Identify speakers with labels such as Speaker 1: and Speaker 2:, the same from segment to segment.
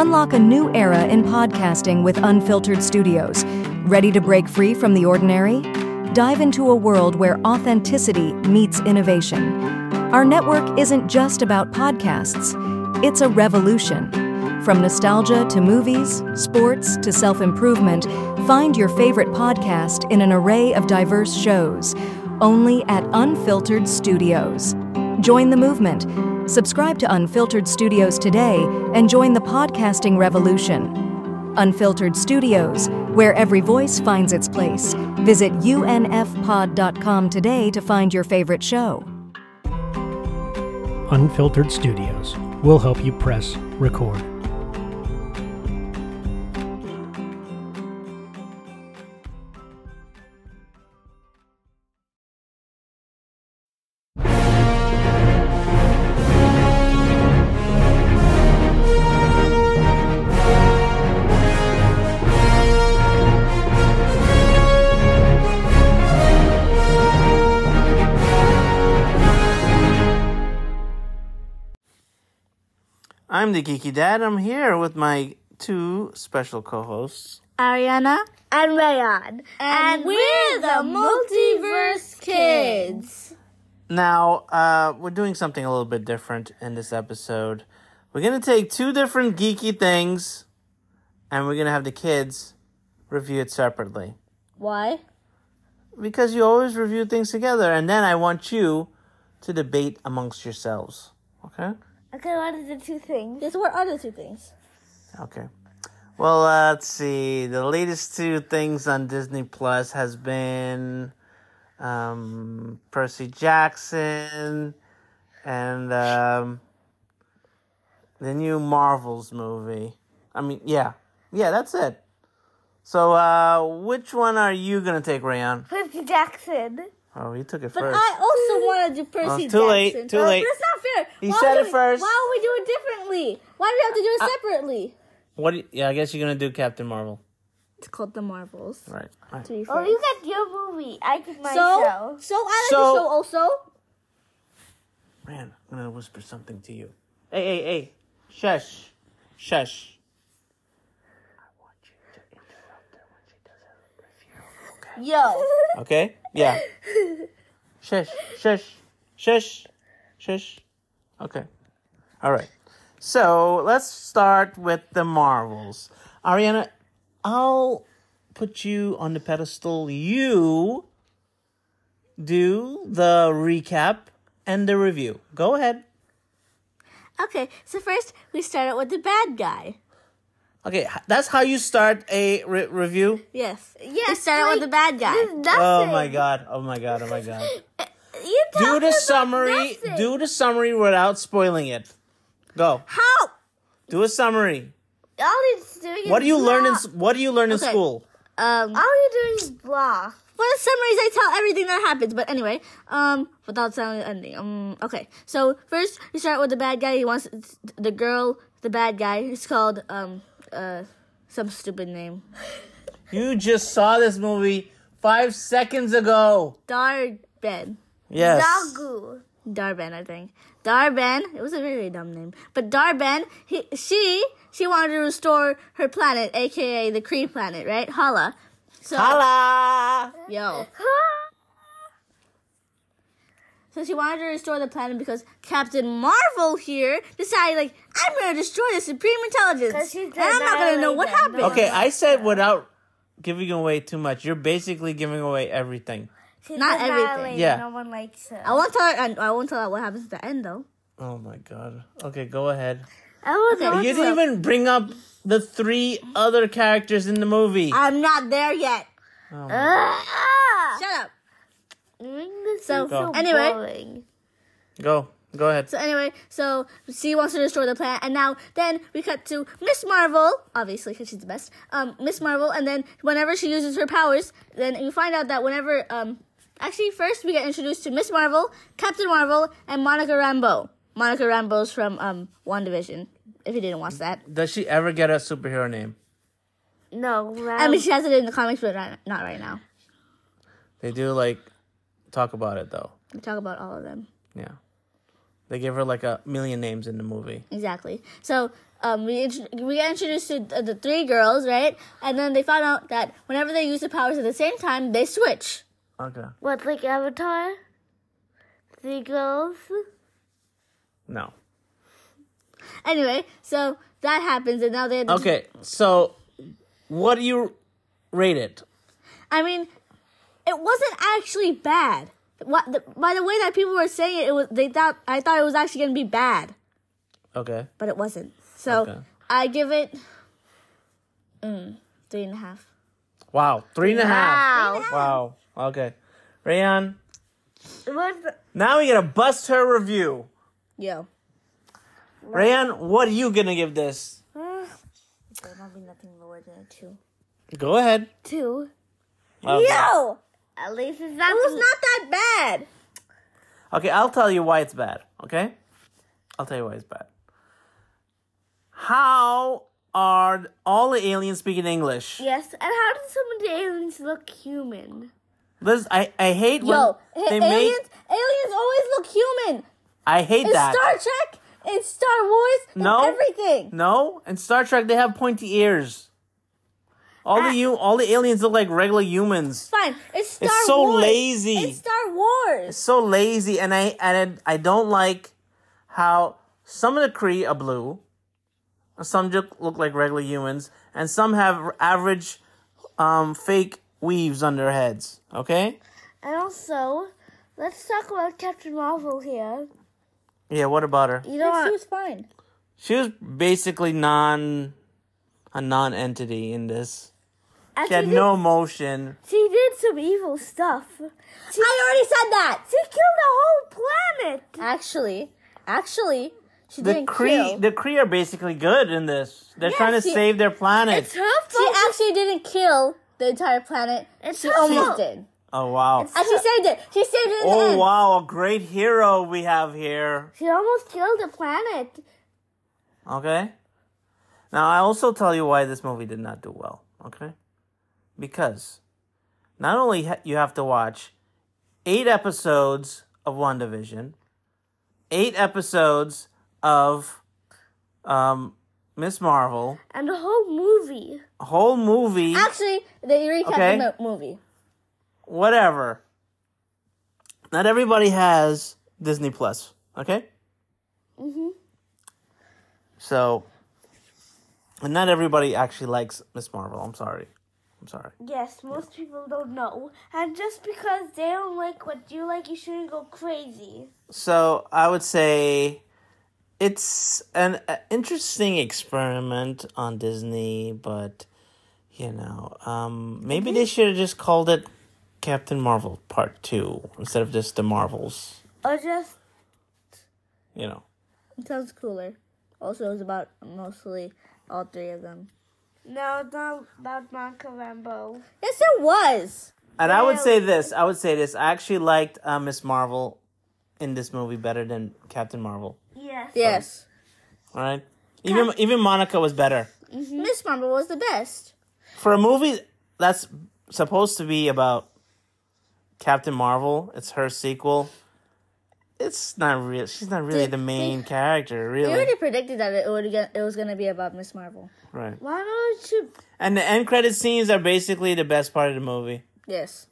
Speaker 1: Unlock a new era in podcasting with Unfiltered Studios. Ready to break free from the ordinary? Dive into a world where authenticity meets innovation. Our network isn't just about podcasts, it's a revolution. From nostalgia to movies, sports to self improvement, find your favorite podcast in an array of diverse shows, only at Unfiltered Studios. Join the movement. Subscribe to Unfiltered Studios today and join the podcasting revolution. Unfiltered Studios, where every voice finds its place. Visit unfpod.com today to find your favorite show.
Speaker 2: Unfiltered Studios will help you press record.
Speaker 3: I'm the Geeky Dad. I'm here with my two special co hosts.
Speaker 4: Ariana,
Speaker 5: and Rayon.
Speaker 4: and, we're the Multiverse Kids.
Speaker 3: Now, uh, we're doing something a little bit different in this episode. We're going to take two different geeky things and we're going to have the kids review it separately.
Speaker 4: Why?
Speaker 3: Because you always review things together, and then I want you to debate amongst yourselves. Okay?
Speaker 5: Okay, what are the two things?
Speaker 4: Because what are the two things?
Speaker 3: Okay. Well, uh, let's see. The latest two things on Disney Plus has been um, Percy Jackson and um, the new Marvels movie. I mean, yeah, yeah, that's it. So, uh, which one are you gonna take, Rayon?
Speaker 5: Percy Jackson.
Speaker 3: Oh, you took it
Speaker 4: But
Speaker 3: first. Oh,
Speaker 4: I also want to do Percy
Speaker 3: it's too late,
Speaker 4: Jackson.
Speaker 3: too late.
Speaker 4: That's not fair.
Speaker 3: He said
Speaker 4: would
Speaker 3: it
Speaker 4: we-
Speaker 3: first. Uh,
Speaker 4: Why would we do it differently? Why do we have to do it separately?
Speaker 3: What? do you- yeah, I guess you're gonna do Captain Marvel.
Speaker 4: It's called the Marvels.
Speaker 3: Right.
Speaker 4: To be
Speaker 5: Oh,
Speaker 4: fair.
Speaker 5: you get your movie. I get my
Speaker 4: so,
Speaker 5: show.
Speaker 4: so I like
Speaker 3: So-
Speaker 4: the show also.
Speaker 3: Man, I'm gonna whisper something to you. Hey, hey, hey. Shush. Shush.
Speaker 4: Yo,
Speaker 3: Okay? Yeah. shush, shush, shush, shush. Okay. All right. So let's start with the Marvels. Ariana, I'll put you on the pedestal. You do the recap and the review. Go ahead.
Speaker 4: Okay, so first we start out with the bad guy.
Speaker 3: Okay, h- that's how you start a re- review.
Speaker 4: Yes.
Speaker 5: Yes,
Speaker 4: we start out with
Speaker 5: like-
Speaker 4: the bad guy.
Speaker 5: There's nothing.
Speaker 3: Oh my god! Oh my god! Oh my god!
Speaker 5: You
Speaker 3: Do
Speaker 5: talked
Speaker 3: the
Speaker 5: about
Speaker 3: summary.
Speaker 5: nothing.
Speaker 3: Do the summary without spoiling it. Go.
Speaker 4: How?
Speaker 3: Do a summary.
Speaker 5: All he's doing is
Speaker 3: What do you learn in
Speaker 5: blah.
Speaker 3: s- What do you learn in
Speaker 4: Okay.
Speaker 3: school?
Speaker 4: Um,
Speaker 5: All you're doing is blah.
Speaker 4: For the summaries, I tell everything that happens. But anyway, um, without sounding ending. Um, okay. So first, we start with the bad guy. He wants the girl. The bad guy. It's called um uh some stupid name.
Speaker 3: You just saw this movie five seconds ago.
Speaker 4: Darben.
Speaker 3: Yes.
Speaker 5: Dagu.
Speaker 4: Darben, I think. Darben. It was a really dumb name. But Darben. He, she, she wanted to restore her planet, aka the Kree planet, right? Hala. So,
Speaker 3: Holla!
Speaker 4: Yo. So she wanted to restore the planet because Captain Marvel here decided, like, I'm gonna destroy the Supreme
Speaker 5: 'Cause
Speaker 4: Intelligence,
Speaker 5: she's
Speaker 4: and I'm not gonna know
Speaker 5: annihilating
Speaker 4: what
Speaker 5: them.
Speaker 4: happened.
Speaker 3: Okay, I said without giving away too much. You're basically giving away everything.
Speaker 5: She's
Speaker 4: Not everything.
Speaker 5: annihilated.
Speaker 3: Yeah.
Speaker 5: No one likes her.
Speaker 4: I won't tell her. I won't tell her what happens at the end, though.
Speaker 3: Oh my god. Okay, go ahead.
Speaker 5: I was
Speaker 4: Okay.
Speaker 3: You didn't even bring up the three other characters in the movie.
Speaker 4: I'm not there yet.
Speaker 5: Ah!
Speaker 4: Shut up.
Speaker 5: Mm, this
Speaker 4: So,
Speaker 5: is so
Speaker 4: anyway.
Speaker 5: boring.
Speaker 3: Go. Go ahead.
Speaker 4: So anyway, so she wants to destroy the planet, and now then we cut to Miss Marvel, obviously because she's the best. Um, Miss Marvel, and then whenever she uses her powers, then you find out that whenever um, actually first we get introduced to Miss Marvel, Captain Marvel, and Monica Rambeau. Monica Rambeau's from um WandaVision. If you didn't watch that,
Speaker 3: Does she ever get a superhero name?
Speaker 5: No,
Speaker 4: I
Speaker 5: Ram.
Speaker 4: mean she has it in the comics, but not, not right now.
Speaker 3: They do like talk about it though.
Speaker 4: We talk about all of them.
Speaker 3: Yeah. They give her like a million names in the movie.
Speaker 4: Exactly. So um, we int- we got introduced to the, the three girls, right? And then they found out that whenever they use the powers at the same time, they switch.
Speaker 3: Okay.
Speaker 5: What, like Avatar? Three girls?
Speaker 3: No.
Speaker 4: Anyway, so that happens, and now they. Have to
Speaker 3: Okay, so what do you rate it?
Speaker 4: I mean, it wasn't actually bad. What, the, by the way that people were saying it, it was they thought I thought it was actually gonna be bad,
Speaker 3: Okay.
Speaker 4: but it wasn't. So
Speaker 3: Okay.
Speaker 4: I give it mm, three and a half.
Speaker 3: Wow. Three and a half.
Speaker 5: Wow.
Speaker 3: Wow. Okay. Rayan,
Speaker 5: What's the-
Speaker 3: now we gotta bust her review.
Speaker 4: Yo,
Speaker 3: Rayan, what are you gonna give this?
Speaker 4: there might be nothing lower than a two.
Speaker 3: Go ahead.
Speaker 5: two?
Speaker 3: Okay.
Speaker 4: Yo,
Speaker 5: At least it's not.
Speaker 4: it was not that bad.
Speaker 3: Okay, I'll tell you why it's bad. Okay, I'll tell you why it's bad. How are all the aliens speaking English?
Speaker 5: Yes, and how do so many aliens look human?
Speaker 3: This I I hate when
Speaker 4: Yo, a-
Speaker 3: they
Speaker 4: aliens,
Speaker 3: make
Speaker 4: aliens always look human.
Speaker 3: I hate
Speaker 4: It's
Speaker 3: that.
Speaker 4: Star Trek, it's Star Wars, it's
Speaker 3: No.
Speaker 4: everything.
Speaker 3: no, in Star Trek they have pointy ears. All
Speaker 4: Ah.
Speaker 3: the you all the aliens look like regular humans.
Speaker 4: Fine, it's Star
Speaker 3: It's so
Speaker 4: Wars.
Speaker 3: lazy.
Speaker 4: It's Star Wars.
Speaker 3: So lazy, and I and I I don't like how some of the Kree are blue, some just look like regular humans, and some have average, um, fake weaves on their heads. Okay.
Speaker 5: And also, let's talk about Captain Marvel here.
Speaker 3: Yeah. What about her?
Speaker 5: You know,
Speaker 4: She
Speaker 5: what?
Speaker 4: was fine.
Speaker 3: She was basically non, a non-entity in this.
Speaker 5: and
Speaker 3: She had
Speaker 5: did-
Speaker 3: no motion.
Speaker 5: she did some evil stuff.
Speaker 4: I already said that.
Speaker 5: She killed the whole planet.
Speaker 4: Actually, actually, she
Speaker 3: The
Speaker 4: didn't
Speaker 3: Kree,
Speaker 4: kill.
Speaker 3: the Kree are basically good in this. They're trying to
Speaker 4: she-
Speaker 3: save their planet.
Speaker 5: It's her fault.
Speaker 4: she actually didn't kill the entire planet.
Speaker 5: It's
Speaker 4: she
Speaker 5: her
Speaker 4: almost
Speaker 5: fault.
Speaker 4: did.
Speaker 3: oh wow.
Speaker 4: And she saved it. She saved it in the
Speaker 3: Oh
Speaker 4: end.
Speaker 3: wow, a great hero we have here.
Speaker 5: She almost killed the planet.
Speaker 3: Okay? Now, I also tell you why this movie did not do well, okay? Because not only ha- you have to watch 8 episodes of WandaVision, 8 episodes of um Miss Marvel,
Speaker 5: And the whole movie.
Speaker 3: a whole movie,
Speaker 4: Actually, they recapped
Speaker 3: Okay.
Speaker 4: the mo- movie.
Speaker 3: whatever. Not everybody has Disney Plus, okay?
Speaker 5: Mhm.
Speaker 3: So, and not everybody actually likes Miss Marvel. I'm sorry. I'm sorry.
Speaker 5: Yes, most people don't know. And just because they don't like what you like, you shouldn't go crazy.
Speaker 3: So I would say it's an uh, interesting experiment on Disney, but you know, um, maybe they should have just called it Captain Marvel Part Two instead of just the Marvels.
Speaker 5: Or just
Speaker 3: You know.
Speaker 4: It sounds cooler. Also, it was about mostly all three of them.
Speaker 5: no, it's not about Monica Rambo.
Speaker 4: Yes, it was.
Speaker 3: And I would say this. I would say this. I actually liked uh, Miss Marvel in this movie better than Captain Marvel.
Speaker 5: Yes.
Speaker 4: Yes,
Speaker 3: All right. Even even Monica was better.
Speaker 4: Mm-hmm. Miss Marvel was the best.
Speaker 3: for a movie that's supposed to be about Captain Marvel, it's her sequel. It's not real. She's not really
Speaker 4: Did-
Speaker 3: the main character,
Speaker 4: We
Speaker 3: really.
Speaker 4: already predicted that it would it was gonna be about Miss Marvel.
Speaker 3: Right.
Speaker 5: Why don't you?
Speaker 3: And the end credit scenes are basically the best part of the movie.
Speaker 4: Yes.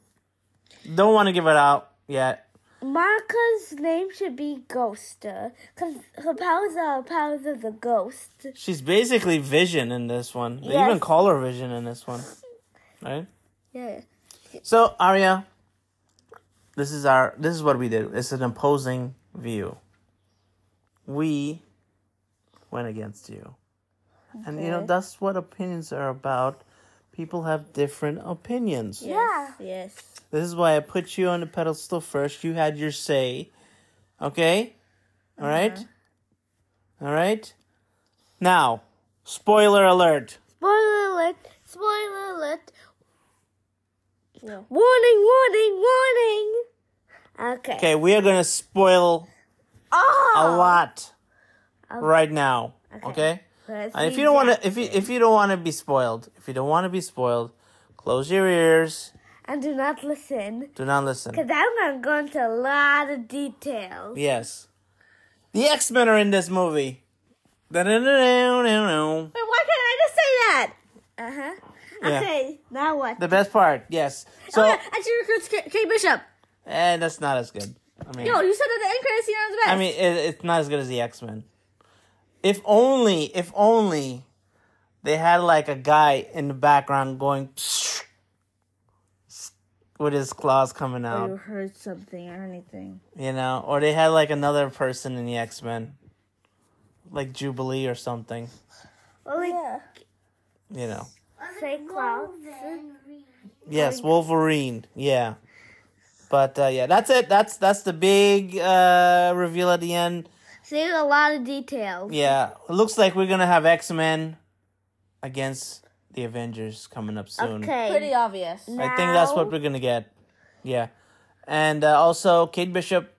Speaker 3: Don't want to give it out yet.
Speaker 5: Monica's name should be Ghoster, cause her powers are powers of the ghost.
Speaker 3: She's basically Vision in this one. They
Speaker 5: Yes.
Speaker 3: even call her Vision in this one. Right?
Speaker 4: Yeah.
Speaker 3: So, Arya, this is our this is what we did. It's an opposing view. We went against you. And you know, that's what opinions are about. People have different opinions.
Speaker 5: Yeah.
Speaker 4: Yes.
Speaker 3: This is why I put you on the pedestal first. You had your say. Okay? All right? All right? Now, spoiler alert.
Speaker 5: Spoiler alert! Spoiler alert! Warning! Warning! Warning! Okay.
Speaker 3: Okay, we are going to spoil
Speaker 5: Oh.
Speaker 3: a lot right now. Oh. okay?
Speaker 5: Let's
Speaker 3: And if
Speaker 5: see
Speaker 3: you don't want to, if you if you don't want to be spoiled, if you don't want to be spoiled, close your ears.
Speaker 5: and do not listen,
Speaker 3: Do not listen.
Speaker 5: cause I'm gonna go into a lot of details.
Speaker 3: Yes,
Speaker 6: The X Men are in this movie. Da-da-da-da-da-da.
Speaker 4: Wait, why can't I just say that? Uh huh.
Speaker 6: Yeah.
Speaker 4: Okay, now what?
Speaker 6: The best part, yes. So,
Speaker 4: oh, yeah, and she recruits K- Kate Bishop.
Speaker 3: eh,
Speaker 6: and that's not as good. I mean,
Speaker 4: Yo, you said that the end credits scene was the best.
Speaker 6: I mean, it, it's not as good as the X Men. If only, if only, they had like a guy in the background going with his claws coming
Speaker 4: Oh,
Speaker 6: out,
Speaker 4: you heard something or anything.
Speaker 6: you know, or they had like another person in the X Men, like Jubilee or something,
Speaker 5: Well, like, yeah.
Speaker 6: you know.
Speaker 5: Cyclops.
Speaker 6: Yes, Wolverine. Yeah. But uh, yeah, that's it. That's that's the big uh, reveal at the end.
Speaker 5: See a lot of details.
Speaker 6: Yeah, it looks like we're gonna have X Men against the Avengers coming up soon.
Speaker 5: Okay.
Speaker 4: Pretty obvious.
Speaker 6: I think that's what
Speaker 5: now.
Speaker 6: we're gonna get. Yeah, and uh, also Kate Bishop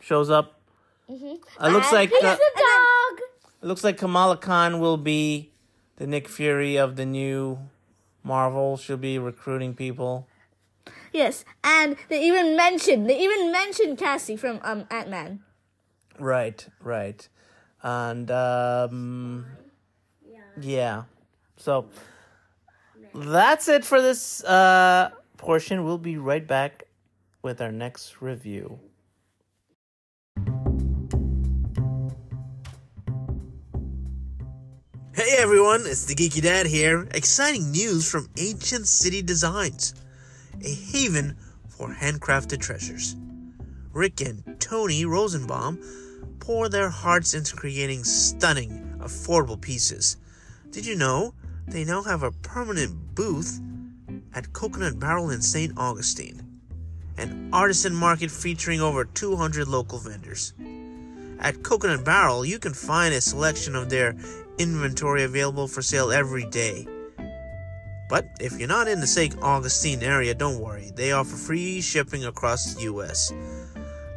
Speaker 6: shows up. Mm-hmm. It looks like uh,
Speaker 5: dog.
Speaker 6: it looks like Kamala Khan will be the Nick Fury of the new Marvel. She'll be recruiting people.
Speaker 4: Yes, and they even mentioned they even mentioned Cassie from um Ant Man.
Speaker 6: Right, right. And um yeah. So that's it for this uh portion. We'll be right back with our next review.
Speaker 3: Hey everyone, it's the Geeky Dad here. Exciting news from Ancient City Designs, a haven for handcrafted treasures. Rick and Tony Rosenbaum pour their hearts into creating stunning, affordable pieces. Did you know they now have a permanent booth at Coconut Barrel in St. Augustine? An artisan market featuring over 200 local vendors. At Coconut Barrel, you can find a selection of their inventory available for sale every day. But if you're not in the St. Augustine area, don't worry. They offer free shipping across the U.S.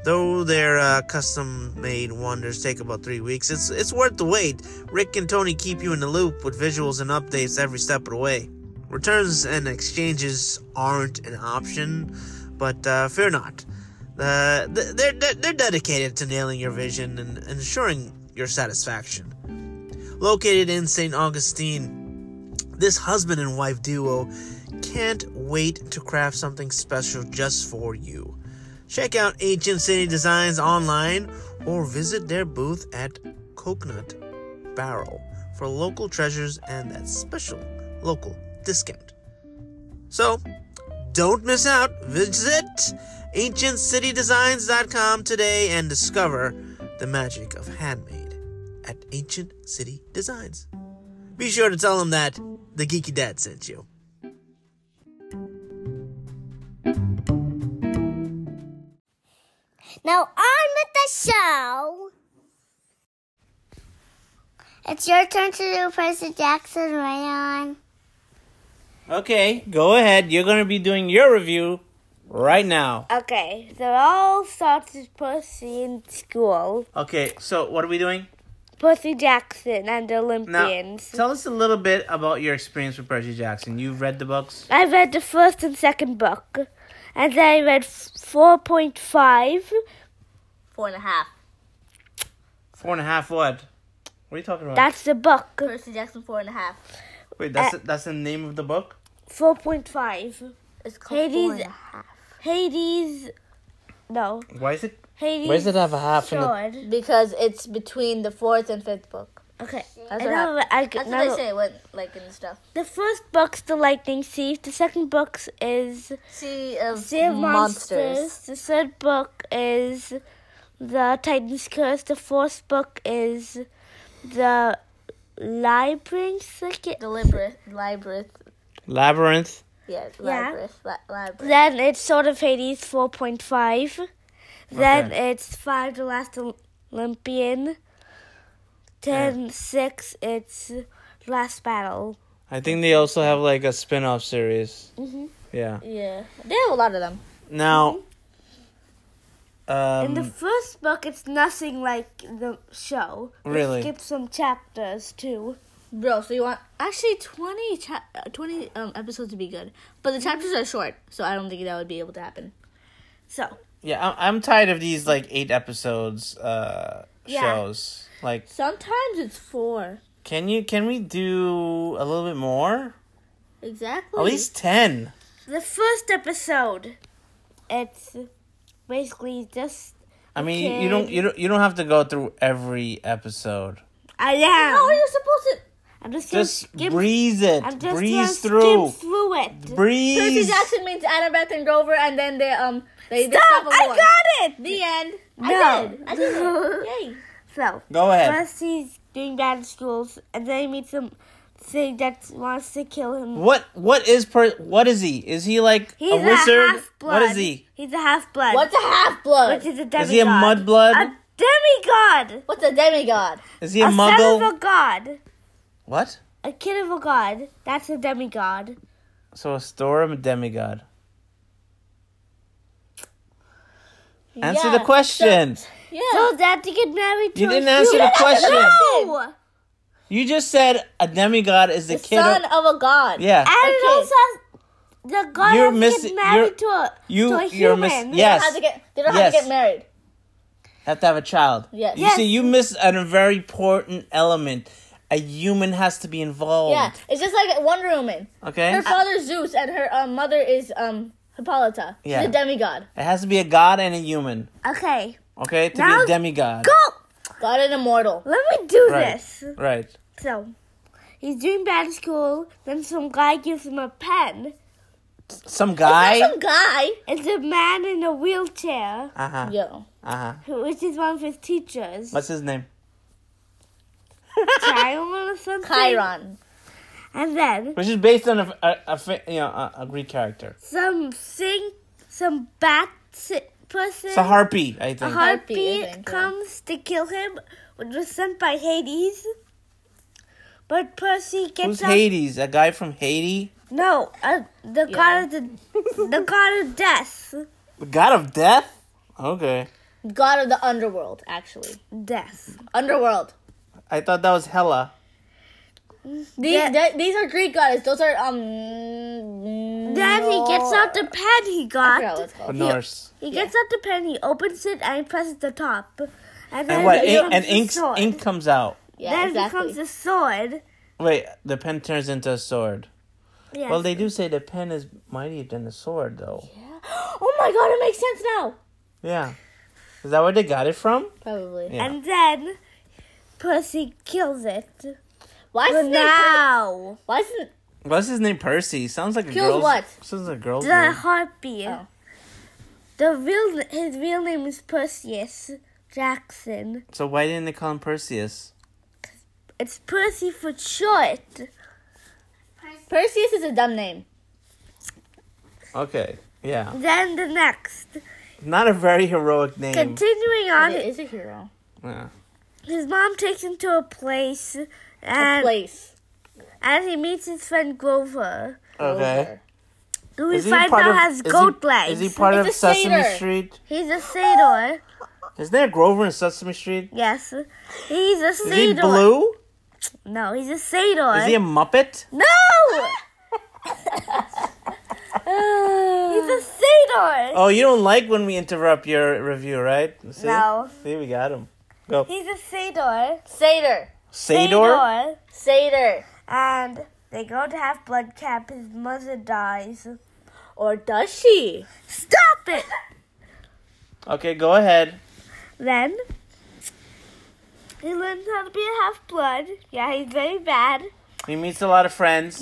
Speaker 3: Though their uh, custom-made wonders take about three weeks, it's it's worth the wait. Rick and Tony keep you in the loop with visuals and updates every step of the way. Returns and exchanges aren't an option, but uh, fear not. Uh, th- they're, they're they're dedicated to nailing your vision and ensuring your satisfaction. Located in St. Augustine, this husband and wife duo can't wait to craft something special just for you. Check out Ancient City Designs online or visit their booth at Coconut Barrel for local treasures and that special local discount. So, don't miss out. Visit ancientcitydesigns.com today and discover the magic of handmade at Ancient City Designs. Be sure to tell them that the Geeky Dad sent you.
Speaker 5: Now on with the show. It's your turn to do President Jackson, Rayon.
Speaker 6: Okay, go ahead. You're gonna be doing your review right now.
Speaker 5: Okay, they're all started Percy in school.
Speaker 6: Okay, so what are we doing?
Speaker 5: Percy Jackson and the
Speaker 6: Now
Speaker 5: Olympians.
Speaker 6: tell us a little bit about your experience with Percy Jackson. You've read the books.
Speaker 5: I read the first and second book, and then I read four point five.
Speaker 4: Four and a half.
Speaker 6: Four and a half what? What are you talking about?
Speaker 5: That's the book.
Speaker 4: Percy Jackson four and a half.
Speaker 6: Wait, that's that's the name of the book?
Speaker 5: Four point five.
Speaker 4: It's called four and
Speaker 5: Hades.
Speaker 4: a half.
Speaker 5: Hades. No.
Speaker 6: Why is it
Speaker 5: Hades.
Speaker 6: Why does it have a half in the
Speaker 5: Sword.
Speaker 4: Because it's between the fourth and fifth book.
Speaker 5: Okay.
Speaker 4: That's
Speaker 5: I
Speaker 4: what
Speaker 5: know. I,
Speaker 4: That's
Speaker 5: no,
Speaker 4: what they say when like in the stuff.
Speaker 5: The first book's the lightning thief. The second book is
Speaker 4: Sea of
Speaker 5: Sea of
Speaker 4: monsters.
Speaker 5: monsters. The third book is the Titan's Curse. The fourth book is the Libring Circuit.
Speaker 4: The Librith. Librith.
Speaker 6: Labyrinth?
Speaker 4: Yeah,
Speaker 5: Yeah.
Speaker 4: Librith. Li- Librith.
Speaker 5: Then it's Sword of Hades 4.5. Then it's 5 The Last Olympian. Ten six. it's Last Battle.
Speaker 6: I think they also have like a spin off series.
Speaker 5: Mm-hmm.
Speaker 6: Yeah.
Speaker 4: Yeah. They have a lot of them.
Speaker 6: Now,
Speaker 5: In the
Speaker 6: um,
Speaker 5: first book, it's nothing like the show. They
Speaker 6: Really?
Speaker 5: skip some chapters too.
Speaker 4: Bro, so you want actually 20, cha- uh, 20 um, episodes would be good, but
Speaker 5: Mm-hmm.
Speaker 4: the chapters are short, so I don't think that would be able to happen.
Speaker 5: So
Speaker 6: yeah, I- I'm tired of these like eight episodes uh
Speaker 5: Yeah.
Speaker 6: shows. Like,
Speaker 4: Sometimes it's four.
Speaker 6: can you can we do a little bit more?
Speaker 4: Exactly.
Speaker 5: Hmm.
Speaker 6: At least ten.
Speaker 5: The first episode, it's basically just
Speaker 6: I mean, you don't you don't you don't have to go through every episode.
Speaker 5: I am.
Speaker 4: How are you supposed
Speaker 5: I'm just gonna
Speaker 6: Just
Speaker 5: skim-
Speaker 6: breeze it.
Speaker 5: I'm just gonna
Speaker 6: breeze
Speaker 5: skim
Speaker 6: through.
Speaker 5: through it.
Speaker 4: to? Percy
Speaker 6: Breeze.
Speaker 4: Jackson means Annabeth and Grover, and then they um they they
Speaker 5: Stop!
Speaker 4: stop at
Speaker 5: I
Speaker 4: one.
Speaker 5: got it.
Speaker 4: The end. I
Speaker 5: No.
Speaker 4: did. I did. it. Yay.
Speaker 5: So
Speaker 6: Go ahead.
Speaker 5: first he's doing bad in schools, and then he meets some thing that wants to kill him.
Speaker 6: What what is per what is he? Is he like
Speaker 5: He's
Speaker 6: a wizard?
Speaker 5: half blood.
Speaker 6: What is he?
Speaker 5: He's a half blood.
Speaker 4: What's a half blood?
Speaker 5: Which is a demigod.
Speaker 6: Is he a mudblood?
Speaker 5: A demigod.
Speaker 4: What's a demigod?
Speaker 6: Is he a,
Speaker 5: a
Speaker 6: muggle?
Speaker 5: son of a god.
Speaker 6: what?
Speaker 5: A kid of a god. That's a demigod.
Speaker 6: So a storm a demigod. Answer
Speaker 4: Yeah,
Speaker 6: the question.
Speaker 4: Yeah.
Speaker 5: So that to get married to
Speaker 6: you
Speaker 5: a
Speaker 6: didn't answer
Speaker 5: human.
Speaker 6: the question.
Speaker 5: No.
Speaker 6: You just said a demigod is the,
Speaker 4: the
Speaker 6: kid.
Speaker 4: son
Speaker 6: of-
Speaker 4: of a god.
Speaker 6: yeah.
Speaker 5: And
Speaker 4: Okay.
Speaker 5: also, the god
Speaker 6: You're
Speaker 5: has to
Speaker 6: miss-
Speaker 5: get
Speaker 6: you're-
Speaker 5: married to a,
Speaker 6: you
Speaker 5: to a
Speaker 6: you're
Speaker 5: human.
Speaker 6: miss
Speaker 4: They don't have
Speaker 6: yes.
Speaker 4: to get, they don't have
Speaker 6: Yes.
Speaker 4: to get married.
Speaker 6: Have to have a child.
Speaker 4: Yes.
Speaker 6: You
Speaker 5: Yes.
Speaker 6: see, you miss a very important element. A human has to be involved.
Speaker 4: Yeah, it's just like Wonder Woman.
Speaker 6: Okay.
Speaker 4: Her father's Zeus and her um, mother is um, Hippolyta. She's
Speaker 6: Yeah.
Speaker 4: a demigod.
Speaker 6: It has to be a god and a human.
Speaker 5: Okay,
Speaker 6: Okay, to be
Speaker 5: Now-
Speaker 6: a demigod.
Speaker 5: go.
Speaker 4: God and immortal.
Speaker 5: Let me do
Speaker 6: Right.
Speaker 5: this.
Speaker 6: Right.
Speaker 5: So, he's doing bad at school. Then some guy gives him a pen.
Speaker 6: Some guy.
Speaker 4: Some guy.
Speaker 5: It's a man in a wheelchair,
Speaker 6: Uh huh.
Speaker 4: Yo.
Speaker 6: Uh huh.
Speaker 5: who- which is one of his teachers,
Speaker 6: What's his name?
Speaker 5: Chiron or something.
Speaker 4: Chiron.
Speaker 5: And then
Speaker 6: Which is based on a, a, a fa- you know a, a Greek character.
Speaker 5: some sing, some bat si- person.
Speaker 6: It's a harpy, I
Speaker 5: A
Speaker 4: Harpy,
Speaker 6: think.
Speaker 4: I
Speaker 5: harpy
Speaker 4: think, yeah.
Speaker 5: comes to kill him, which was sent by Hades. But Percy gets
Speaker 6: Who's
Speaker 5: up.
Speaker 6: Hades? A guy from Haiti?
Speaker 5: No, uh, the god of the the god of death,
Speaker 6: The god of death? Okay.
Speaker 4: God of the underworld, actually.
Speaker 5: death.
Speaker 4: Underworld.
Speaker 6: I thought that was Hela.
Speaker 4: These,
Speaker 5: Yeah.
Speaker 4: that- these are Greek goddess. Those are um.
Speaker 5: Then he gets out the pen he
Speaker 4: I forgot what
Speaker 5: got.
Speaker 4: it's
Speaker 6: A
Speaker 4: called.
Speaker 6: Norse.
Speaker 5: He gets out the pen, he opens it, and he presses the top. And then
Speaker 6: And what?
Speaker 5: it
Speaker 6: Ink,
Speaker 5: becomes
Speaker 6: and
Speaker 5: a
Speaker 6: ink
Speaker 5: sword.
Speaker 6: ink comes out.
Speaker 4: Yeah,
Speaker 5: then
Speaker 4: exactly.
Speaker 5: it becomes a sword.
Speaker 6: Wait, the pen turns into a sword.
Speaker 5: Yes.
Speaker 6: Well, they do say the pen is mightier than the sword, though.
Speaker 4: oh my god, it makes sense now.
Speaker 6: Yeah. Is that where they got it from?
Speaker 4: Probably.
Speaker 6: Yeah.
Speaker 5: and then Percy kills it.
Speaker 4: Why
Speaker 5: But
Speaker 4: isn't it?
Speaker 5: now
Speaker 4: Why isn't
Speaker 6: What's his name? Percy. Sounds like a
Speaker 4: Kills
Speaker 6: girl's.
Speaker 4: what?
Speaker 6: Sounds like a girl's
Speaker 5: the
Speaker 6: name.
Speaker 5: harpy.
Speaker 4: Oh.
Speaker 5: The real his real name is Perseus Jackson.
Speaker 6: So why didn't they call him Perseus?
Speaker 5: It's Percy for short.
Speaker 4: Perseus is a dumb name?
Speaker 6: Okay. Yeah.
Speaker 5: Then the next.
Speaker 6: Not a very heroic name.
Speaker 5: Continuing
Speaker 4: It
Speaker 5: on,
Speaker 4: is a hero.
Speaker 6: yeah.
Speaker 5: his mom takes him to a place, and
Speaker 4: Place.
Speaker 5: and he meets his friend Grover,
Speaker 6: Okay.
Speaker 5: who we
Speaker 6: Is he
Speaker 5: find
Speaker 6: part
Speaker 5: out
Speaker 6: of-
Speaker 5: has
Speaker 6: is he-
Speaker 5: goat legs.
Speaker 6: Is he part
Speaker 4: It's
Speaker 6: of
Speaker 4: a
Speaker 6: Sesame
Speaker 4: satyr.
Speaker 6: Street?
Speaker 5: He's a satyr.
Speaker 6: Isn't there a Grover in Sesame Street?
Speaker 5: Yes, he's a
Speaker 6: Is he
Speaker 5: satyr.
Speaker 6: blue?
Speaker 5: No, he's a satyr.
Speaker 6: Is he a Muppet?
Speaker 5: no. he's a satyr.
Speaker 6: Oh, you don't like when we interrupt your review, right? See?
Speaker 5: No.
Speaker 6: See, we got him. Go.
Speaker 5: He's a satyr.
Speaker 4: Satyr.
Speaker 6: Sador?
Speaker 4: Satyr.
Speaker 5: And they go to have blood camp. His mother dies.
Speaker 4: Or does she?
Speaker 5: Stop it.
Speaker 6: Okay, go ahead.
Speaker 5: Then he learns how to be a half blood. Yeah, he's very bad.
Speaker 6: He meets a lot of friends,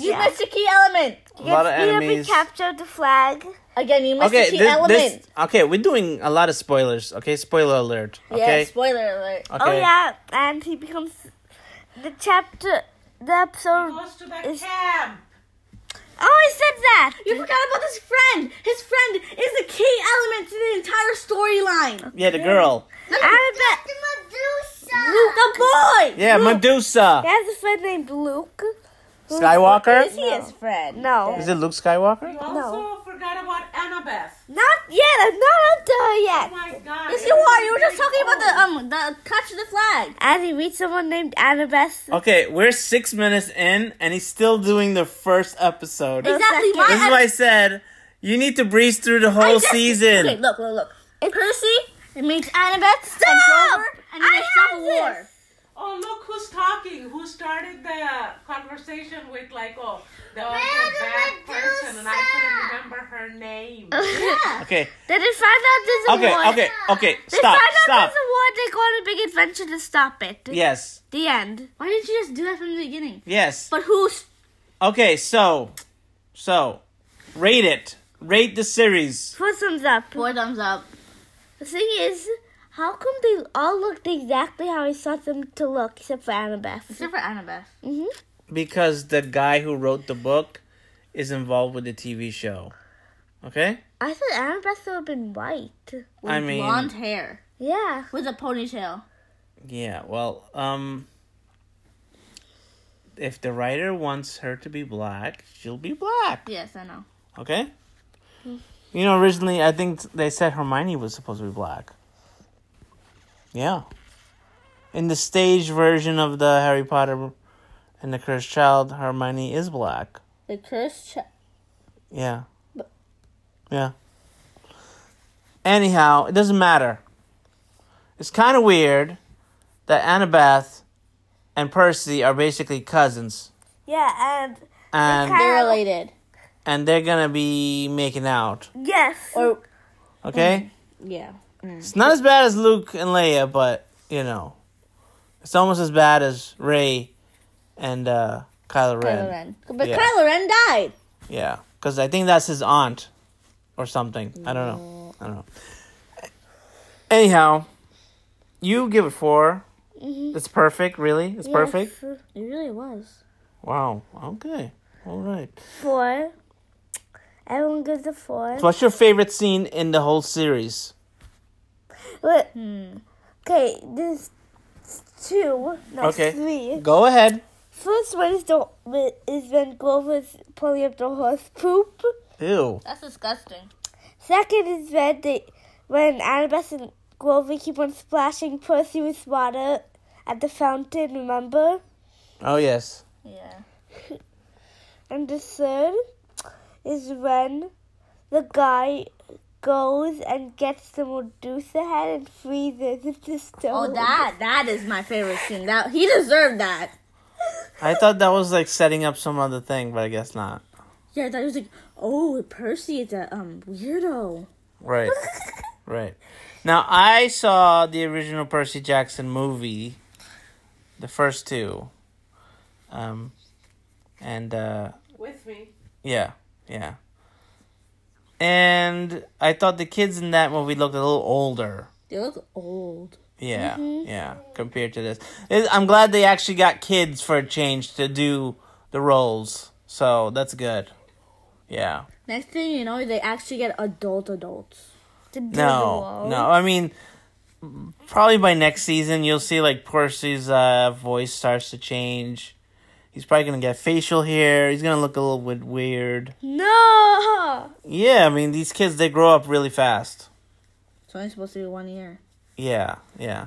Speaker 4: You missed a key element.
Speaker 6: a lot of
Speaker 5: He
Speaker 6: enemies.
Speaker 5: captured the flag.
Speaker 4: Again, you missed a
Speaker 6: Okay,
Speaker 4: key
Speaker 6: this,
Speaker 4: element.
Speaker 6: this, okay, we're doing a lot of spoilers. Okay, spoiler alert.
Speaker 4: Yeah,
Speaker 6: Okay.
Speaker 4: spoiler alert.
Speaker 6: okay.
Speaker 5: Oh yeah, and he becomes the chapter. The episode is. Oh, I said that.
Speaker 4: You forgot about his friend. His friend is the key element to the entire storyline.
Speaker 6: Yeah, the girl.
Speaker 5: Annabeth.
Speaker 4: Luke, the boy.
Speaker 6: Yeah, Medusa.
Speaker 5: He has a friend named Luke.
Speaker 6: Skywalker?
Speaker 4: Is he his friend?
Speaker 5: No,
Speaker 6: Is it Luke Skywalker?
Speaker 7: Also forgot about Annabeth.
Speaker 5: not yet. I'm not up to her
Speaker 7: Oh
Speaker 5: yet.
Speaker 7: my god.
Speaker 4: Yes, you are. You were just talking about the um the catch of the flag.
Speaker 5: And he meets someone named Annabeth.
Speaker 6: Okay, we're six minutes in, and he's still doing the first episode. This
Speaker 4: Exactly.
Speaker 5: second.
Speaker 4: Why?
Speaker 6: is why I said you need to breeze through the whole
Speaker 4: just-
Speaker 6: season.
Speaker 4: Okay, look, look, look. Percy meets Annabeth. Stop! And Grover, and then
Speaker 5: I
Speaker 4: they stop
Speaker 5: have
Speaker 4: at
Speaker 7: war. Oh, look who's talking. Who started the conversation with, like, oh, the other bad person, and I couldn't remember her name.
Speaker 6: Okay.
Speaker 5: They did find out there's a
Speaker 6: Okay.
Speaker 5: war.
Speaker 6: Okay. Okay.
Speaker 5: They
Speaker 6: Stop.
Speaker 5: find out
Speaker 6: Stop.
Speaker 5: there's a war. They go on a big adventure to stop it.
Speaker 6: Yes.
Speaker 5: The end.
Speaker 4: Why didn't you just do that from the beginning?
Speaker 6: Yes.
Speaker 4: But who's
Speaker 6: Okay. So, so, rate it. Rate the series.
Speaker 5: Four thumbs up.
Speaker 4: four thumbs up?
Speaker 5: The thing is, how come they all looked exactly how I thought them to look, except for Annabeth?
Speaker 4: Except for Annabeth.
Speaker 6: because the guy who wrote the book is involved with the TV show. Okay?
Speaker 5: I thought Annabeth would have been white.
Speaker 4: With
Speaker 6: I mean-
Speaker 4: blonde hair
Speaker 5: Yeah.
Speaker 4: with a ponytail.
Speaker 6: Yeah, well, um if the writer wants her to be black, she'll be black.
Speaker 4: Yes, I know.
Speaker 6: Okay? You know, originally I think they said Hermione was supposed to be black. Yeah. In the stage version of the Harry Potter and the Cursed Child, Hermione is black.
Speaker 4: The cursed. Ch-
Speaker 6: Yeah. Yeah. Anyhow, it doesn't matter. It's kind of weird that Annabeth and Percy are basically cousins,
Speaker 5: Yeah, and
Speaker 6: and
Speaker 5: Okay.
Speaker 4: They're related.
Speaker 6: and they're gonna be making out.
Speaker 5: yes.
Speaker 4: Or
Speaker 6: Okay,
Speaker 4: Mm. yeah.
Speaker 6: it's not as bad as Luke and Leia, but you know, it's almost as bad as Ray and uh, Kylo Ren.
Speaker 4: Kylo Ren. But
Speaker 6: Yeah.
Speaker 4: Kylo Ren died.
Speaker 6: Yeah, because I think that's his aunt or something. I don't
Speaker 4: Mm.
Speaker 6: know. I don't know. Anyhow, you give it 4
Speaker 4: Mm-hmm.
Speaker 6: It's perfect, really. It's perfect.
Speaker 4: It really was.
Speaker 6: Wow. Okay. All right.
Speaker 5: Four. Everyone gives a four.
Speaker 6: What's your favorite scene in the whole series?
Speaker 5: Wait.
Speaker 4: Hmm.
Speaker 5: Okay, this two, no
Speaker 6: Okay.
Speaker 5: three.
Speaker 6: Go ahead.
Speaker 5: First one is the is when Grover's pulling up the horse poop.
Speaker 6: Ew.
Speaker 4: That's disgusting.
Speaker 5: Second is when they when Annabeth and Grover keep on splashing Percy with water at the fountain. Remember?
Speaker 6: Oh yes.
Speaker 4: Yeah.
Speaker 5: And the third is when the guy goes and gets the Medusa head and freezes in the
Speaker 4: Oh,
Speaker 5: stone.
Speaker 4: that that is my favorite scene. That he deserved that.
Speaker 6: I thought that was like setting up some other thing, but I guess not.
Speaker 4: Yeah, I thought he was like, oh, Percy is a um weirdo.
Speaker 6: Right. right. Now I saw the original Percy Jackson movie, the first two. Um and uh
Speaker 7: With me.
Speaker 6: yeah, yeah. And I thought the kids in that movie looked a little older.
Speaker 4: They look old.
Speaker 6: Yeah,
Speaker 7: Mm-hmm.
Speaker 6: yeah, compared to this. It- I'm glad they actually got kids for a change to do the roles. So that's good. Yeah.
Speaker 4: Next thing you know, they actually get adult adults.
Speaker 6: No, no. I mean, probably by next season, you'll see like Percy's uh, voice starts to change. He's probably gonna get facial hair. He's gonna look a little bit weird.
Speaker 5: No.
Speaker 6: Yeah, I mean, these kids they grow up really fast.
Speaker 4: It's only supposed to be one year.
Speaker 6: Yeah, yeah.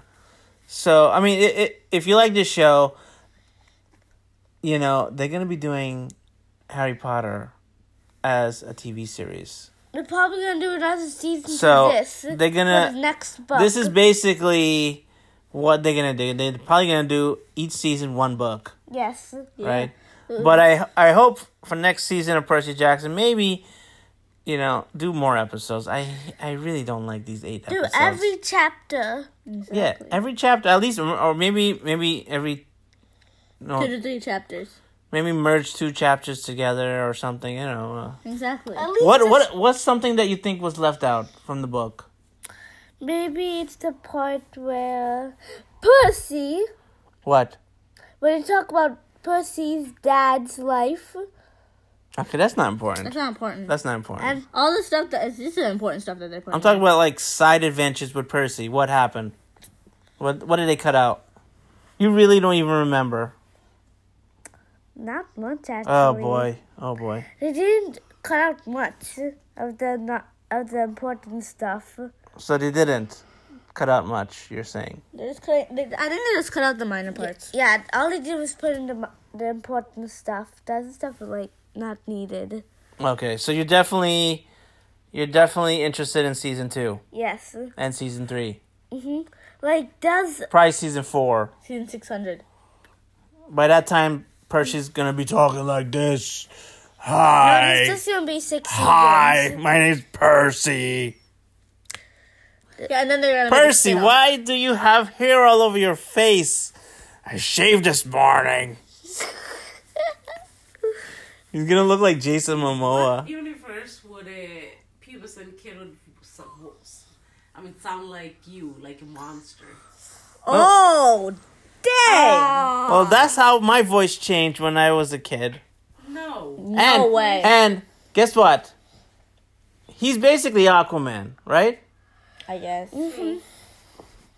Speaker 6: So I mean, it, it, if you like this show, you know they're gonna be doing Harry Potter as a TV series.
Speaker 5: They're probably gonna do another season
Speaker 6: So
Speaker 5: for this.
Speaker 6: they're gonna
Speaker 5: for the next book.
Speaker 6: This is basically what they're gonna do. They're probably gonna do each season one book,
Speaker 5: yes.
Speaker 6: right?
Speaker 5: Mm-hmm.
Speaker 6: But I I hope for next season of Percy Jackson, maybe you know do more episodes. I I really don't like these eight
Speaker 5: Do
Speaker 6: episodes.
Speaker 5: every chapter.
Speaker 6: yeah, every chapter at least, or maybe maybe every
Speaker 4: Two
Speaker 6: no
Speaker 4: to three chapters.
Speaker 6: maybe merge two chapters together or something. You know uh,
Speaker 4: Exactly.
Speaker 5: At least
Speaker 6: what
Speaker 5: it's-
Speaker 6: what what's something that you think was left out from the book?
Speaker 5: Maybe it's the part where Percy,
Speaker 6: What?
Speaker 5: when they talk about Percy's dad's life,
Speaker 6: Okay, that's not important.
Speaker 4: That's not important.
Speaker 6: That's not important.
Speaker 4: All the stuff that is this is important stuff that they put.
Speaker 6: I'm
Speaker 4: in.
Speaker 6: talking about like side adventures with Percy. What happened? What what did they cut out? You really don't even remember.
Speaker 5: not much actually.
Speaker 6: Oh boy. Oh boy.
Speaker 5: They didn't cut out much of the not of the important stuff.
Speaker 6: So they didn't cut out much, you're saying.
Speaker 4: They just cut. They, I think they just cut out the minor parts.
Speaker 5: Yeah, all they did was put in the mo- the important stuff. The other stuff was like not needed.
Speaker 6: Okay, so you're definitely you're definitely interested in season two
Speaker 5: Yes.
Speaker 6: and season three.
Speaker 5: Mhm. Like, does
Speaker 6: Probably season four.
Speaker 4: Season 600.
Speaker 6: By that time, Percy's gonna be talking like this. Hi.
Speaker 5: it's just gonna be six
Speaker 6: Hi,
Speaker 5: seasons?
Speaker 6: my name's Percy.
Speaker 4: Yeah, and then they're gonna make a
Speaker 6: Percy,
Speaker 4: spin-off.
Speaker 6: why do you have hair all over your face? I shaved this morning. He's gonna look like Jason Momoa.
Speaker 7: universe would a Pubis and kid would so- I mean sound like you, like a monster.
Speaker 4: Oh, dang!
Speaker 6: Well, that's how my voice changed when I was a kid.
Speaker 7: No.
Speaker 6: No and,
Speaker 4: way.
Speaker 6: And guess what? He's basically Aquaman, right?
Speaker 4: I guess.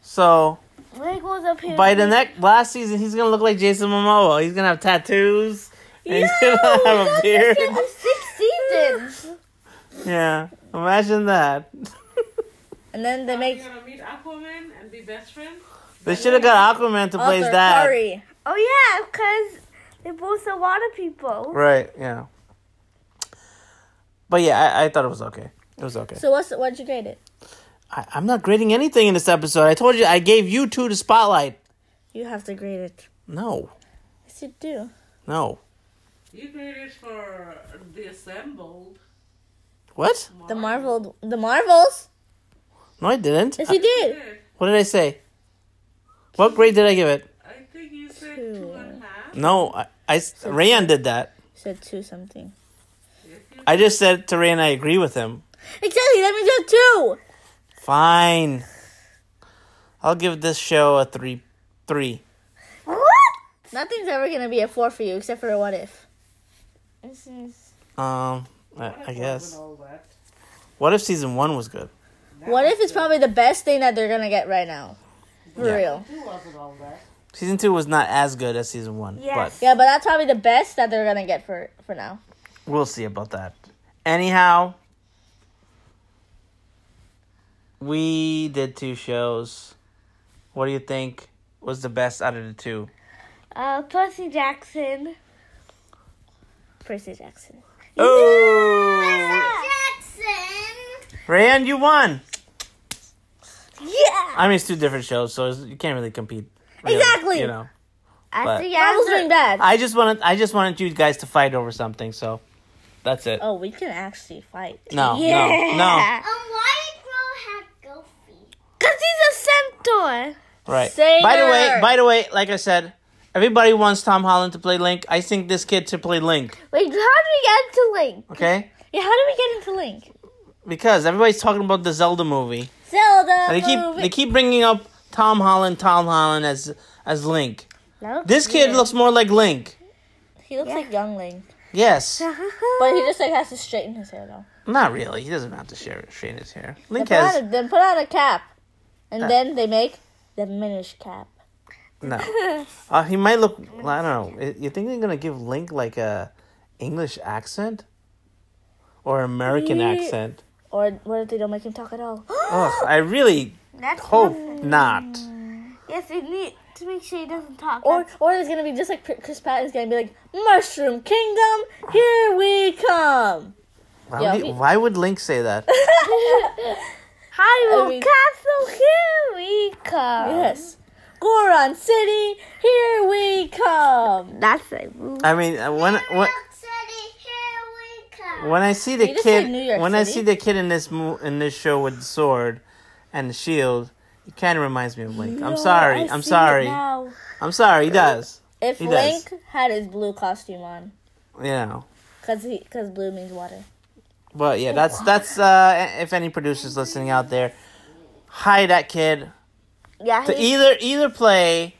Speaker 6: So
Speaker 5: Like, was up here.
Speaker 6: by the next last season, he's gonna look like Jason Momoa. He's gonna have tattoos. And he's gonna have a beard.
Speaker 4: Six seasons!
Speaker 6: Yeah, imagine that.
Speaker 4: and then they
Speaker 7: Are you
Speaker 4: make
Speaker 7: gonna meet Aquaman and be best friends?
Speaker 6: They should have got Aquaman to play his
Speaker 4: Arthur
Speaker 6: dad.
Speaker 4: Curry.
Speaker 5: Oh, yeah, because they're both a lot of people.
Speaker 6: Right. Yeah. But yeah, I, I thought it was okay. It was okay.
Speaker 4: So what's, what'd you grade it?
Speaker 6: I, I'm not grading anything in this episode. I told you I gave you two the spotlight.
Speaker 4: You have to grade it.
Speaker 6: No,
Speaker 4: Yes, you do.
Speaker 6: no.
Speaker 7: You graded for the assembled.
Speaker 6: What?
Speaker 4: The Marvel, the Marvels.
Speaker 6: No, I didn't.
Speaker 4: Yes, you did.
Speaker 7: Good.
Speaker 6: What did I say? What grade did I give it?
Speaker 7: I think you said two and a half.
Speaker 6: No, I, I s- Rayan did that.
Speaker 4: Said two something.
Speaker 6: I just said to Rayan I agree with him.
Speaker 4: Exactly. That means you have two.
Speaker 6: Fine. I'll give this show a three, three.
Speaker 4: Nothing's ever gonna be a four for you except for a what if.
Speaker 6: Um, I, I guess.
Speaker 7: All that.
Speaker 6: What if season one was good?
Speaker 4: What if it's probably the best thing that they're gonna get right now, for real.
Speaker 7: Two wasn't all that.
Speaker 6: Season two was not as good as season one,
Speaker 5: Yes.
Speaker 4: Yeah, but that's probably the best that they're gonna get for for now.
Speaker 6: but we'll see about that. Anyhow, we did two shows. What do you think was the best out of the two?
Speaker 5: Uh, Percy Jackson.
Speaker 4: Percy Jackson.
Speaker 6: Oh, Rayan, you won.
Speaker 5: Yeah!
Speaker 6: I mean, it's two different shows, so it's- you can't really compete. really,
Speaker 4: Exactly.
Speaker 6: You know,
Speaker 5: I
Speaker 6: But-
Speaker 5: think
Speaker 4: Marvel's
Speaker 5: I
Speaker 4: doing bad.
Speaker 6: I just wanted, I just wanted you guys to fight over something. So, that's it.
Speaker 4: Oh, we can actually fight.
Speaker 6: No, no, no.
Speaker 5: Yeah. Because he's a centaur.
Speaker 6: Right.
Speaker 4: Singer.
Speaker 6: By the way, by the way, like I said, everybody wants Tom Holland to play Link. I think this kid should play Link.
Speaker 5: Wait, how do we get into Link?
Speaker 6: Okay.
Speaker 4: Yeah, how do we get into Link?
Speaker 6: Because everybody's talking about the Zelda movie,
Speaker 4: Zelda
Speaker 6: and they keep
Speaker 4: movie.
Speaker 6: they keep bringing up Tom Holland, Tom Holland as as Link.
Speaker 5: No.
Speaker 6: This kid looks more like Link.
Speaker 4: he looks like young Link,
Speaker 6: Yes,
Speaker 4: but he just like has to straighten his hair though.
Speaker 6: not really. He doesn't have to share straighten his hair. Link
Speaker 4: Put on
Speaker 6: has
Speaker 4: a, then put on a cap,
Speaker 5: Uh.
Speaker 4: and then they make the Minish cap.
Speaker 6: no. Uh, he might look. I don't know. You think they're gonna give Link like a English accent or American
Speaker 4: Ye-
Speaker 6: accent?
Speaker 4: Or what if they don't make him talk at all?
Speaker 6: Ugh, I really
Speaker 5: That's
Speaker 6: hope
Speaker 5: one-
Speaker 6: not.
Speaker 5: Yes, we need to make sure he doesn't talk.
Speaker 4: Or or it's gonna be just like P- Chris Patton's gonna be like Mushroom Kingdom, here we come.
Speaker 6: Why,
Speaker 4: Yeah,
Speaker 6: would, he-
Speaker 4: we-
Speaker 6: why would Link say that?
Speaker 5: Hyrule
Speaker 4: I mean-
Speaker 5: Castle, here we come.
Speaker 4: Yes, Goron City, here we come.
Speaker 5: That's a movie.
Speaker 6: I mean, uh, when when when I see the
Speaker 4: You just said New
Speaker 6: kid
Speaker 4: York
Speaker 6: when I
Speaker 4: City.
Speaker 6: see the kid in this mo- in this show with the sword and the shield, he kind of reminds me of Link. I'm sorry. I'm sorry. I'm sorry. He does.
Speaker 4: If
Speaker 6: He does.
Speaker 4: Link had his blue costume on,
Speaker 6: You know.
Speaker 4: cause he cause blue means water.
Speaker 6: But yeah, that's that's uh if any producers listening out there, hire that kid
Speaker 5: Yeah,
Speaker 6: to
Speaker 5: he,
Speaker 6: either either play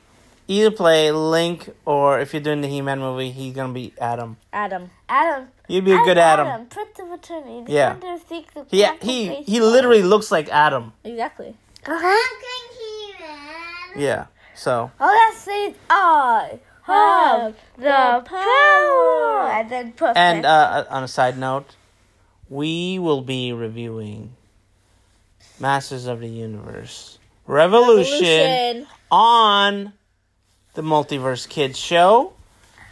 Speaker 6: either play Link or if you're doing the He-Man movie, he's going to be Adam.
Speaker 4: Adam.
Speaker 5: Adam.
Speaker 6: You'd be a good Adam.
Speaker 5: Adam, Prince of Attorney. The
Speaker 6: Yeah.
Speaker 5: Defender of Secret,
Speaker 6: He
Speaker 5: Black
Speaker 6: he
Speaker 5: Face
Speaker 6: he
Speaker 5: Boy.
Speaker 6: literally looks like Adam.
Speaker 4: Exactly.
Speaker 6: Yeah. So
Speaker 5: Oh, that says I have the power. And then perfect.
Speaker 6: And uh, on a side note, we will be reviewing Masters of the Universe Revolution,
Speaker 4: Lucian.
Speaker 6: on the Multiverse Kids show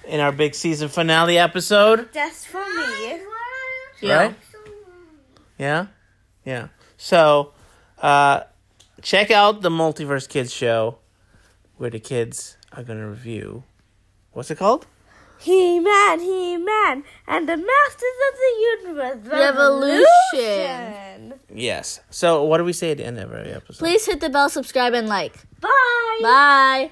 Speaker 6: in our big season finale episode.
Speaker 5: That's for me.
Speaker 6: Yeah. Right? Yeah. Yeah. So, uh, check out the Multiverse Kids show where the kids are going to review. What's it called?
Speaker 5: He Man, He Man, and the Masters of the Universe
Speaker 4: Revolution.
Speaker 5: Revolution.
Speaker 6: Yes. So, what do we say at the end of every episode?
Speaker 4: Please hit the bell, subscribe, and like.
Speaker 5: Bye.
Speaker 4: Bye.